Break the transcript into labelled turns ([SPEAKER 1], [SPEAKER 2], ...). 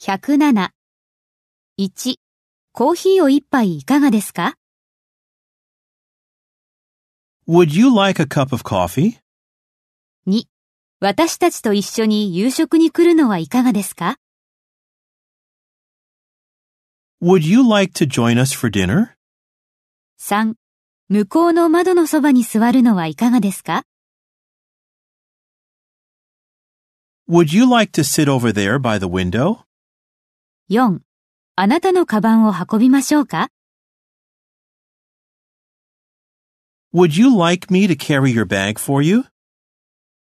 [SPEAKER 1] 107.1. コーヒーを一杯いかがですか
[SPEAKER 2] Would you like a cup of coffee?
[SPEAKER 1] 2. 私たちと一緒に夕食に来るのはいかがですか
[SPEAKER 2] Would you like to join us for dinner?
[SPEAKER 1] 3. 向こうの窓のそばに座るのはいかがですか
[SPEAKER 2] Would you like to sit over there by the window?
[SPEAKER 1] 4. あなたのカバンを運びましょうか
[SPEAKER 2] Would you like me to carry your bag for you?